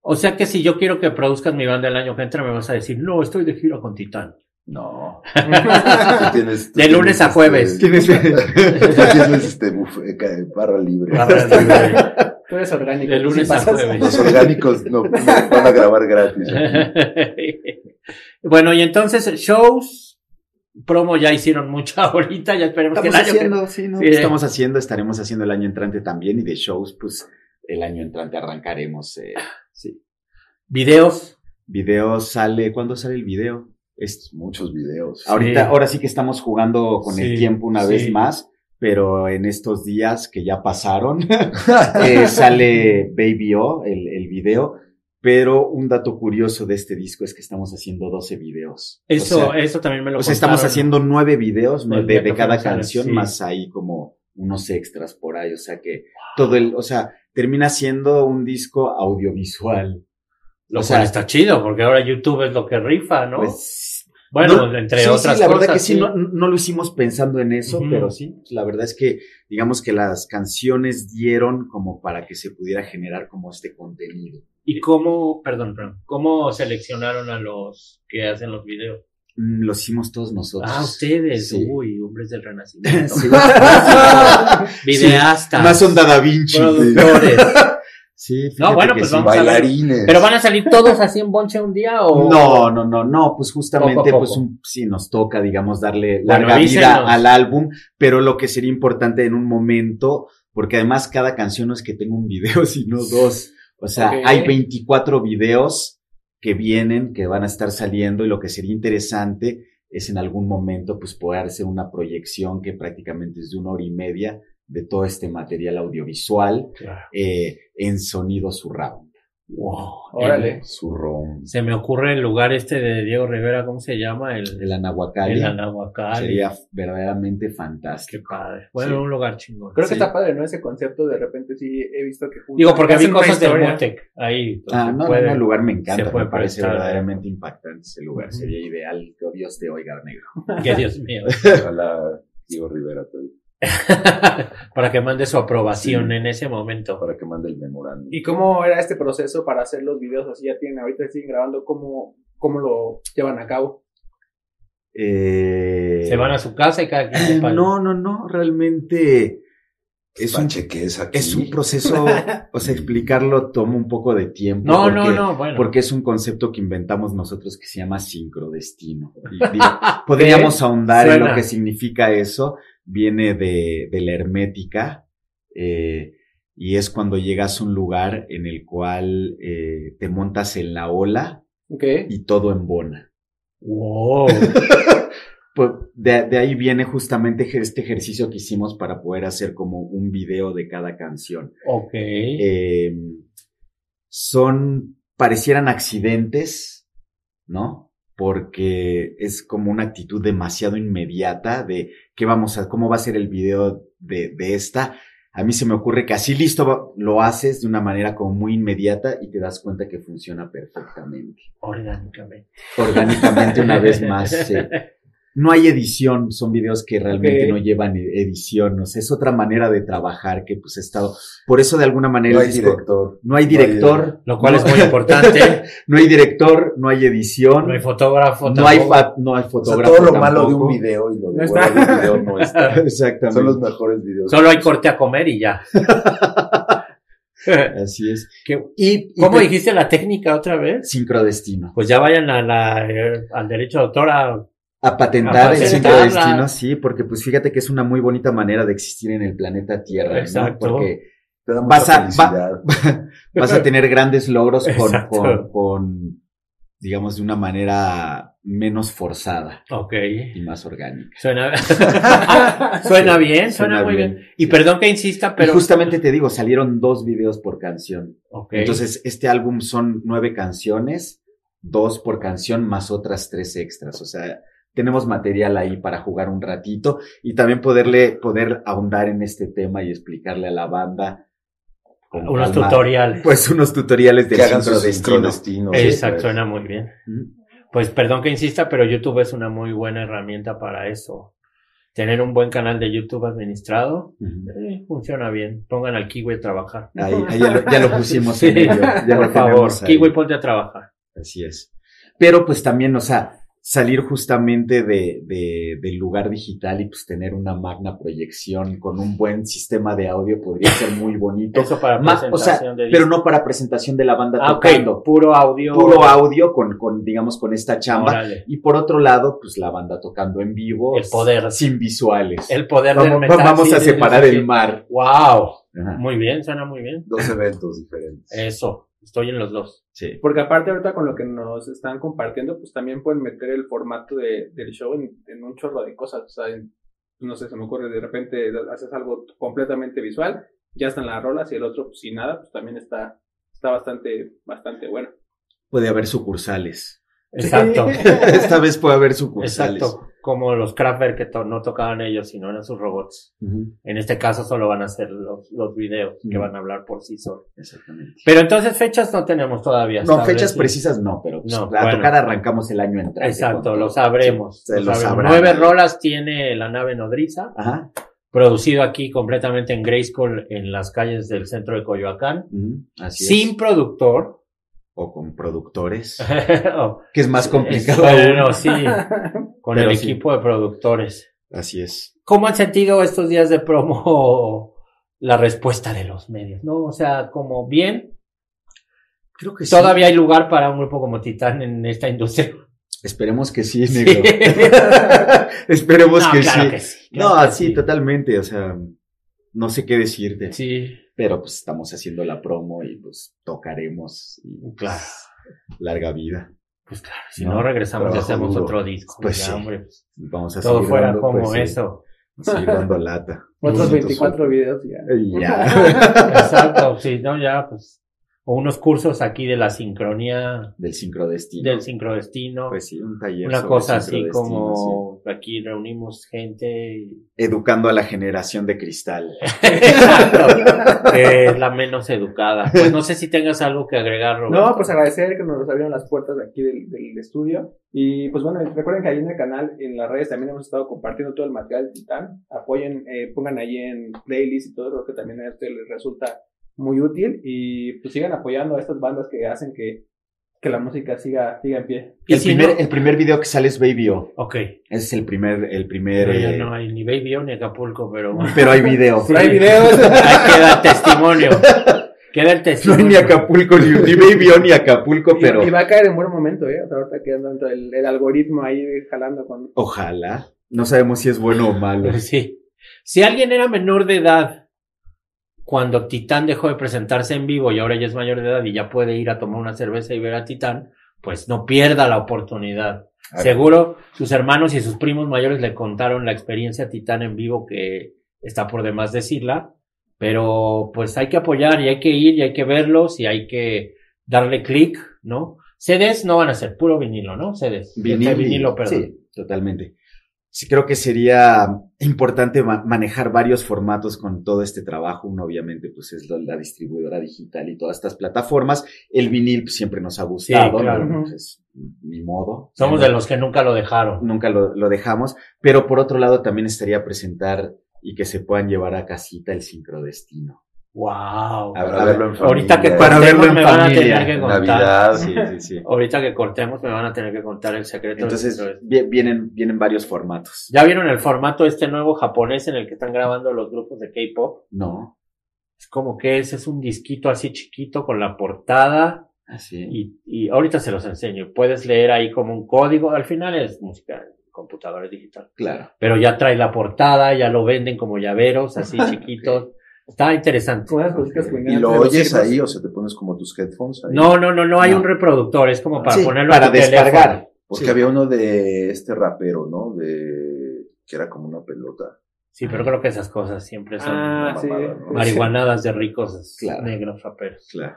Speaker 3: O sea que si yo quiero que produzcas mi banda el año que entra, me vas a decir, no, estoy de gira con Titán.
Speaker 1: No.
Speaker 2: Ajá.
Speaker 1: Tú tienes- tú
Speaker 3: De lunes
Speaker 1: tienes,
Speaker 3: a jueves.
Speaker 1: este,
Speaker 4: eh.
Speaker 1: Tú tienes este bufe- ca- barra libre.
Speaker 3: Barra libre.
Speaker 2: Tú eres orgánico.
Speaker 3: De lunes
Speaker 2: Si
Speaker 3: a
Speaker 2: pasas-
Speaker 1: Los
Speaker 3: jueves.
Speaker 1: orgánicos no, no van a grabar gratis. aquí.
Speaker 3: bueno, y entonces shows, promo ya hicieron mucha ahorita, ya esperemos que el
Speaker 4: Estamos
Speaker 3: año que-
Speaker 4: haciendo, sí, ¿no?
Speaker 3: Sí.
Speaker 4: Estamos haciendo, estaremos haciendo el año entrante también y de shows, pues el año entrante arrancaremos. eh, sí.
Speaker 3: Videos.
Speaker 4: Video sale, ¿cuándo sale el video? Es,
Speaker 1: Muchos videos.
Speaker 4: Ahorita, ahora sí que estamos jugando con
Speaker 3: Sí,
Speaker 4: el tiempo una
Speaker 3: sí.
Speaker 4: vez más, pero en estos días que ya pasaron, eh, sale Baby O, el, el video. Pero un dato curioso de este disco es que estamos haciendo 12 videos.
Speaker 3: Eso,
Speaker 4: o sea,
Speaker 3: eso también me lo
Speaker 4: o sea, estamos
Speaker 3: contaron.
Speaker 4: haciendo nueve videos ¿no?
Speaker 3: El día
Speaker 4: de, de
Speaker 3: que
Speaker 4: cada
Speaker 3: fuimos a ver,
Speaker 4: canción,
Speaker 3: sí.
Speaker 4: más ahí como unos extras por ahí. O sea que todo el, o sea, termina siendo un disco audiovisual.
Speaker 3: Lo
Speaker 4: o
Speaker 3: cual
Speaker 4: sea,
Speaker 3: está chido, porque ahora YouTube es lo que rifa, ¿no?
Speaker 4: Pues,
Speaker 3: bueno,
Speaker 4: no,
Speaker 3: entre
Speaker 4: sí, sí,
Speaker 3: otras
Speaker 4: la
Speaker 3: cosas.
Speaker 4: verdad que sí,
Speaker 3: sí.
Speaker 4: No, no lo hicimos pensando en eso,
Speaker 3: Ujú.
Speaker 4: pero sí, la verdad es que digamos que las canciones dieron como para que se pudiera generar como este contenido.
Speaker 3: ¿Y cómo, perdón, perdón, cómo seleccionaron a los que hacen los videos?
Speaker 4: Mm, Lo hicimos todos nosotros.
Speaker 3: Ah, ustedes,
Speaker 4: Pues, Sí.
Speaker 3: uy, hombres del renacimiento.
Speaker 4: Sí.
Speaker 3: Videastas.
Speaker 4: Más onda Da Vinci.
Speaker 3: productores.
Speaker 4: Sí,
Speaker 3: No,
Speaker 4: fíjate
Speaker 3: bueno,
Speaker 4: que
Speaker 3: pues
Speaker 4: sí.
Speaker 3: vamos a ver.
Speaker 1: Bailarines.
Speaker 3: ¿Pero van a salir todos así en bonche un día o...?
Speaker 4: No, no, no, no, pues justamente,
Speaker 3: Poco a
Speaker 4: pues
Speaker 3: poco.
Speaker 4: un- sí, nos toca, digamos, darle
Speaker 3: Bueno,
Speaker 4: larga
Speaker 3: avísenos.
Speaker 4: vida al álbum, pero lo que sería importante en un momento, porque además cada canción no es que tenga un video, sino dos. O sea,
Speaker 2: Ok.
Speaker 4: hay 24 videos que vienen, que van a estar saliendo, y lo que sería interesante es en algún momento, pues, poder hacer una proyección que prácticamente es de una hora y media de todo este material audiovisual
Speaker 3: Claro.
Speaker 4: eh, en sonido surround.
Speaker 3: Wow.
Speaker 2: Órale.
Speaker 1: Zurrón.
Speaker 3: El- se me ocurre el lugar este de Diego Rivera, ¿cómo se llama? El,
Speaker 4: El anahuacali.
Speaker 3: el Anahuacalli.
Speaker 4: Sería verdaderamente fantástico.
Speaker 3: Qué padre. Bueno,
Speaker 4: Sí.
Speaker 3: un lugar chingón.
Speaker 2: Creo que
Speaker 4: Sí.
Speaker 2: está padre, ¿no? Ese concepto, de repente sí he visto que...
Speaker 3: Digo, porque vi
Speaker 2: hacen una
Speaker 3: cosas del
Speaker 2: historia.
Speaker 3: Motec ahí. entonces
Speaker 4: Ah, no,
Speaker 3: puede-
Speaker 4: no, el lugar me
Speaker 3: se
Speaker 4: encanta, me
Speaker 3: puede
Speaker 4: parece
Speaker 3: prestar.
Speaker 4: verdaderamente impactante ese lugar,
Speaker 3: Ujú.
Speaker 4: sería ideal, que Dios te oiga, negro.
Speaker 3: Que Dios mío.
Speaker 1: Ojalá Diego Rivera te-
Speaker 3: Para que mande su aprobación
Speaker 1: Sí.
Speaker 3: en ese momento.
Speaker 1: para que mande el memorándum.
Speaker 2: ¿Y cómo era este proceso para hacer los videos? Así ya tienen, ahorita siguen grabando, ¿cómo, cómo lo llevan a cabo?
Speaker 4: Eh,
Speaker 3: Se van a su casa y cada quien se paga.
Speaker 4: No, no, no, realmente es un,
Speaker 1: Pacheques aquí.
Speaker 4: es un proceso, o sea, explicarlo toma un poco de tiempo.
Speaker 3: no,
Speaker 4: porque-
Speaker 3: no, no, bueno.
Speaker 4: Porque es un concepto que inventamos nosotros que se llama sincrodestino. Y digo, podríamos ahondar en
Speaker 3: Suena.
Speaker 4: lo que significa eso. Viene de, de la hermética eh, y es cuando llegas a un lugar en el cual eh, te montas en la ola
Speaker 2: ¿Ok?
Speaker 4: y todo embona.
Speaker 3: Wow.
Speaker 4: Pues de, de ahí viene justamente ejer- este ejercicio que hicimos para poder hacer como un video de cada canción.
Speaker 3: Ok.
Speaker 4: Eh, son, parecieran accidentes, ¿no? Porque es como una actitud demasiado inmediata de qué vamos a, cómo va a ser el video de, de esta. A mí se me ocurre que así listo va- lo haces de una manera como muy inmediata y te das cuenta que funciona perfectamente.
Speaker 3: orgánicamente.
Speaker 4: Orgánicamente una vez más. sí. No hay edición, son videos que realmente
Speaker 2: Ok.
Speaker 4: no llevan e- edición, o sea, es otra manera de trabajar que pues he estado... Por eso de alguna manera...
Speaker 1: No
Speaker 4: el
Speaker 1: hay
Speaker 4: disco-
Speaker 1: director.
Speaker 4: no hay
Speaker 1: No hay-
Speaker 4: director,
Speaker 3: Lo cual
Speaker 4: no-
Speaker 3: es muy importante.
Speaker 4: no hay director, no hay edición,
Speaker 3: No hay fotógrafo.
Speaker 4: no hay,
Speaker 3: tampoco.
Speaker 4: fa- no hay
Speaker 1: O sea,
Speaker 4: fotógrafo.
Speaker 1: todo lo malo de
Speaker 4: tampoco.
Speaker 1: un video y lo
Speaker 2: No
Speaker 1: de
Speaker 2: está.
Speaker 1: bueno de un video no está.
Speaker 4: Exactamente.
Speaker 1: Son los mejores videos.
Speaker 3: Solo hay corte a comer y ya.
Speaker 4: Así es.
Speaker 3: ¿Qué-
Speaker 4: Y, y
Speaker 3: ¿Cómo
Speaker 4: te-
Speaker 3: dijiste la técnica otra vez?
Speaker 4: Sincrodestino.
Speaker 3: Pues ya vayan a la, eh, al derecho de autor a...
Speaker 4: A
Speaker 3: A
Speaker 4: patentar el
Speaker 3: patentarla.
Speaker 4: sincrodestino, sí, porque pues fíjate que es una muy bonita manera de existir en el planeta Tierra, ¿no?
Speaker 3: Exacto.
Speaker 4: Porque
Speaker 1: Te da
Speaker 4: vas
Speaker 1: mucha
Speaker 4: a- va-
Speaker 1: felicidad.
Speaker 4: vas a tener grandes logros con,
Speaker 3: Exacto.
Speaker 4: con, con, digamos, de una manera menos forzada
Speaker 3: Ok.
Speaker 4: y más orgánica.
Speaker 3: Suena, suena bien, suena,
Speaker 4: Suena
Speaker 3: muy bien. Y perdón que insista,
Speaker 4: Pero
Speaker 3: pero...
Speaker 4: justamente te digo, salieron dos videos por canción.
Speaker 3: Ok.
Speaker 4: Entonces, este álbum son nueve canciones, dos por canción más otras tres extras. O sea, tenemos material ahí para jugar un ratito y también poderle, poder ahondar en este tema y explicarle a la banda con
Speaker 3: unos
Speaker 4: calma,
Speaker 3: tutoriales.
Speaker 4: Pues unos tutoriales de
Speaker 1: que hagan sus
Speaker 4: sincrodestino.
Speaker 1: sincrodestinos.
Speaker 3: Exacto,
Speaker 1: pues.
Speaker 3: suena muy bien.
Speaker 4: Mm,
Speaker 3: Pues perdón que insista, pero YouTube es una muy buena herramienta para eso. Tener un buen canal de YouTube administrado
Speaker 4: ujú.
Speaker 3: eh, funciona bien. Pongan al Kiwi a trabajar.
Speaker 4: Ahí, ahí ya, lo, ya lo pusimos en
Speaker 3: Sí,
Speaker 4: ello. Ya
Speaker 3: Por
Speaker 4: lo
Speaker 3: favor,
Speaker 4: tenemos ahí.
Speaker 3: Kiwi, ponte a trabajar.
Speaker 4: Así es. Pero pues también, o sea, salir justamente de, de- del lugar digital y pues tener una magna proyección con un buen sistema de audio podría ser muy bonito.
Speaker 3: Eso para
Speaker 4: Ma-
Speaker 3: presentación
Speaker 4: o sea,
Speaker 3: de
Speaker 4: Pero
Speaker 3: disco.
Speaker 4: no para presentación de la banda
Speaker 3: Ah, ok,
Speaker 4: tocando.
Speaker 3: puro audio.
Speaker 4: Puro audio con, con, digamos, con esta chamba.
Speaker 3: Órale.
Speaker 4: Y por otro lado, pues la banda tocando en vivo.
Speaker 3: El poder.
Speaker 4: Sin visuales.
Speaker 3: El poder del
Speaker 4: vamos,
Speaker 3: metal.
Speaker 4: vamos
Speaker 3: sí,
Speaker 4: a
Speaker 3: sí, sí,
Speaker 4: separar
Speaker 3: sí.
Speaker 4: el mar.
Speaker 3: Wow.
Speaker 4: Ajá,
Speaker 3: Muy bien, suena muy bien.
Speaker 1: Dos eventos diferentes.
Speaker 3: Eso. Estoy en los dos.
Speaker 4: sí.
Speaker 2: Porque aparte ahorita con lo que nos están compartiendo, pues también pueden meter el formato de, del show en, en un chorro de cosas. O sea, en- no sé, se me ocurre, de repente haces algo completamente visual, ya están las rolas y el otro pues, sin nada, pues también está, está bastante, bastante bueno.
Speaker 4: Puede haber sucursales.
Speaker 3: Exacto.
Speaker 4: Esta vez puede haber sucursales.
Speaker 3: Exacto. Como los Kraftwerk que to- no tocaban ellos, sino eran sus robots.
Speaker 4: Ujú,
Speaker 3: En este caso solo van a ser los, los videos que
Speaker 4: Mm.
Speaker 3: van a hablar por sí solos.
Speaker 4: Exactamente.
Speaker 3: Pero entonces fechas no tenemos todavía.
Speaker 4: No, fechas
Speaker 3: establecidas.
Speaker 4: precisas no, pero pues,
Speaker 3: No,
Speaker 4: a
Speaker 3: bueno.
Speaker 4: tocar arrancamos el año entrante.
Speaker 3: Exacto,
Speaker 4: con
Speaker 3: lo
Speaker 4: todo.
Speaker 3: sabremos.
Speaker 4: Sí, se
Speaker 3: lo
Speaker 4: lo
Speaker 3: sabremos.
Speaker 4: sabrán.
Speaker 3: Nueve rolas tiene la nave nodriza,
Speaker 4: Ajá.
Speaker 3: producido aquí completamente en Grayskull en las calles del centro de Coyoacán,
Speaker 4: ujú, Así
Speaker 3: sin
Speaker 4: es.
Speaker 3: productor.
Speaker 4: O con productores,
Speaker 3: Oh,
Speaker 4: que es más complicado aún.
Speaker 3: bueno, sí, con
Speaker 4: Pero
Speaker 3: el
Speaker 4: sí.
Speaker 3: equipo de productores.
Speaker 4: Así es.
Speaker 3: ¿Cómo han sentido estos días de promo la respuesta de los medios? ¿No? O sea, como bien,
Speaker 4: Creo que Pues sí.
Speaker 3: Todavía hay lugar para un grupo como Titán en esta industria.
Speaker 4: Esperemos que sí,
Speaker 3: Sí.
Speaker 4: negro. Esperemos
Speaker 3: No,
Speaker 4: Pues que,
Speaker 3: claro
Speaker 4: sí.
Speaker 3: que sí,
Speaker 4: No,
Speaker 3: claro que
Speaker 4: sí, totalmente, o sea, no sé qué decirte.
Speaker 3: Sí,
Speaker 4: Pero pues estamos haciendo la promo y pues tocaremos. y,
Speaker 3: Uh, claro.
Speaker 4: Larga vida.
Speaker 3: Pues claro, si no,
Speaker 4: No,
Speaker 3: regresamos y
Speaker 1: trabajo
Speaker 3: hacemos
Speaker 1: duro.
Speaker 3: otro disco.
Speaker 4: Pues
Speaker 3: ya,
Speaker 4: sí.
Speaker 3: hombre, pues,
Speaker 4: Vamos a
Speaker 3: todo
Speaker 4: seguir
Speaker 3: fuera
Speaker 4: dando,
Speaker 3: como
Speaker 4: pues, sí,
Speaker 3: eso.
Speaker 4: seguir dando lata.
Speaker 2: Otros
Speaker 4: Nosotros-
Speaker 2: 24 videos y ya.
Speaker 4: Y Ya.
Speaker 3: Exacto, sí, no, ya, pues. O unos cursos aquí de la sincronía,
Speaker 4: Del sincrodestino.
Speaker 3: del sincrodestino.
Speaker 4: Pues sí, un taller.
Speaker 3: una
Speaker 4: sobre
Speaker 3: cosa así
Speaker 4: sincrodestino,
Speaker 3: como aquí reunimos gente. y-
Speaker 4: sí. Educando a la generación de cristal.
Speaker 3: Exacto, que es la menos educada. Pues no sé si tengas algo que agregar, Roberto.
Speaker 2: No, pues agradecer que nos abrieron las puertas de aquí del, del estudio. Y pues bueno, recuerden que ahí en el canal, en las redes también hemos estado compartiendo todo el material de Titán. Apoyen, eh, pongan ahí en playlist y todo lo que también a ustedes les resulta muy útil. Y pues sigan apoyando a estas bandas que hacen que, que la música siga, siga en pie.
Speaker 3: Y
Speaker 4: El,
Speaker 3: si
Speaker 4: primer,
Speaker 3: no-
Speaker 4: el primer video que sale es Baby O.
Speaker 3: Ok.
Speaker 4: Ese es el primer, el primer.
Speaker 3: Pero ya
Speaker 4: eh,
Speaker 3: no hay ni Baby O ni Acapulco, pero bueno.
Speaker 4: Pero hay video.
Speaker 3: Sí.
Speaker 2: Pero hay videos.
Speaker 3: Ahí queda el testimonio. Queda el
Speaker 4: No hay
Speaker 3: testimonio.
Speaker 4: ni Acapulco, ni, ni Baby O, ni Acapulco,
Speaker 2: Y-
Speaker 4: pero.
Speaker 2: Y va a caer en buen momento, ¿eh? O sea, ahorita quedando el, el algoritmo ahí jalando con...
Speaker 4: Ojalá. No sabemos si es bueno o malo.
Speaker 3: Sí. Si alguien era menor de edad cuando Titán dejó de presentarse en vivo y ahora ya es mayor de edad y ya puede ir a tomar una cerveza y ver a Titán, pues no pierda la oportunidad.
Speaker 1: A ver.
Speaker 3: Seguro sus hermanos y sus primos mayores le contaron la experiencia Titán en vivo que está por demás decirla, pero pues hay que apoyar y hay que ir y hay que verlos y hay que darle clic, ¿no? CDs no van a ser puro vinilo, ¿no? CDs. Este, vinilo, perdón.
Speaker 4: Sí, totalmente. sí creo que sería importante ma- manejar varios formatos con todo este trabajo. Uno, obviamente, pues es lo- la distribuidora digital y todas estas plataformas. El vinil pues, siempre nos ha gustado,
Speaker 3: Sí, claro.
Speaker 4: ¿no? Pues, ni modo.
Speaker 3: Somos
Speaker 4: Ya
Speaker 3: de
Speaker 4: no-
Speaker 3: los que nunca lo dejaron.
Speaker 4: Nunca lo, lo dejamos. Pero por otro lado, también estaría presentar y que se puedan llevar a casita el sincrodestino.
Speaker 3: Wow.
Speaker 4: A-
Speaker 1: Para
Speaker 4: a verlo en
Speaker 1: ver-
Speaker 4: familia.
Speaker 3: Ahorita que
Speaker 4: Para verlo
Speaker 3: cortemos
Speaker 4: en
Speaker 3: me van a
Speaker 4: familia,
Speaker 3: tener que
Speaker 4: en
Speaker 3: contar.
Speaker 1: Navidad.
Speaker 4: Ah, Sí, sí, sí.
Speaker 3: Ahorita que cortemos me van a tener que contar el secreto.
Speaker 4: Entonces,
Speaker 3: del-
Speaker 4: vi- vienen, vienen varios formatos.
Speaker 3: ¿ya vieron el formato este nuevo japonés en el que están grabando los grupos de K-pop?
Speaker 4: No.
Speaker 3: Es como que es, es un disquito así chiquito con la portada
Speaker 4: Así.
Speaker 3: y, y ahorita se los enseño. Puedes leer ahí como un código. Al final es música en computadores digital.
Speaker 4: Claro.
Speaker 3: Pero ya trae la portada, ya lo venden como llaveros así chiquitos. Está interesante.
Speaker 2: Todas las cositas que
Speaker 1: ¿Y
Speaker 2: venían
Speaker 1: lo
Speaker 2: de los
Speaker 1: oyes
Speaker 2: circos.
Speaker 1: ahí o sea, te pones como tus headphones ahí?
Speaker 3: No, no, no, no hay
Speaker 4: No.
Speaker 3: un reproductor. Es como para
Speaker 4: Sí,
Speaker 3: ponerlo
Speaker 4: para
Speaker 3: en tu teléfono.
Speaker 4: descargar.
Speaker 1: Porque
Speaker 4: Sí.
Speaker 1: había uno de este rapero, ¿no? De que era como una pelota.
Speaker 3: Sí,
Speaker 4: Ah.
Speaker 3: pero creo que esas cosas siempre son
Speaker 2: Ah,
Speaker 1: Una
Speaker 2: sí.
Speaker 1: mamada, ¿no?
Speaker 3: marihuanadas de ricos
Speaker 4: pues Claro.
Speaker 3: negros raperos.
Speaker 4: Claro.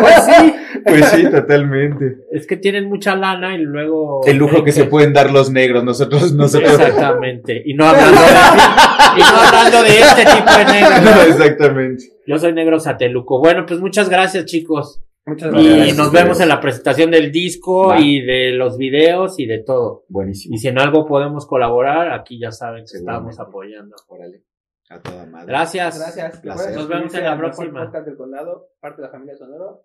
Speaker 3: Pues sí,
Speaker 4: Pues sí, totalmente.
Speaker 3: es que tienen mucha lana y luego...
Speaker 4: El lujo que se pueden dar los negros, nosotros, nosotros.
Speaker 3: Exactamente. Y no hablando de, y no hablando de este tipo de
Speaker 4: No,
Speaker 3: negros.
Speaker 4: exactamente.
Speaker 3: Yo soy negro sateluco. Bueno, pues muchas gracias, chicos.
Speaker 2: Muchas
Speaker 1: Vale,
Speaker 3: Y
Speaker 1: gracias,
Speaker 3: nos
Speaker 1: gracias.
Speaker 3: vemos en la presentación del disco
Speaker 4: Va.
Speaker 3: y de los videos y de todo.
Speaker 4: Buenísimo.
Speaker 3: Y si en algo podemos colaborar, aquí ya saben que estamos
Speaker 4: Seguramente.
Speaker 3: apoyando.
Speaker 4: Órale. A toda madre.
Speaker 3: Gracias.
Speaker 2: Gracias.
Speaker 4: Placer.
Speaker 3: Nos vemos en la próxima.
Speaker 2: Podcast del Condado, parte de la familia Sonoro.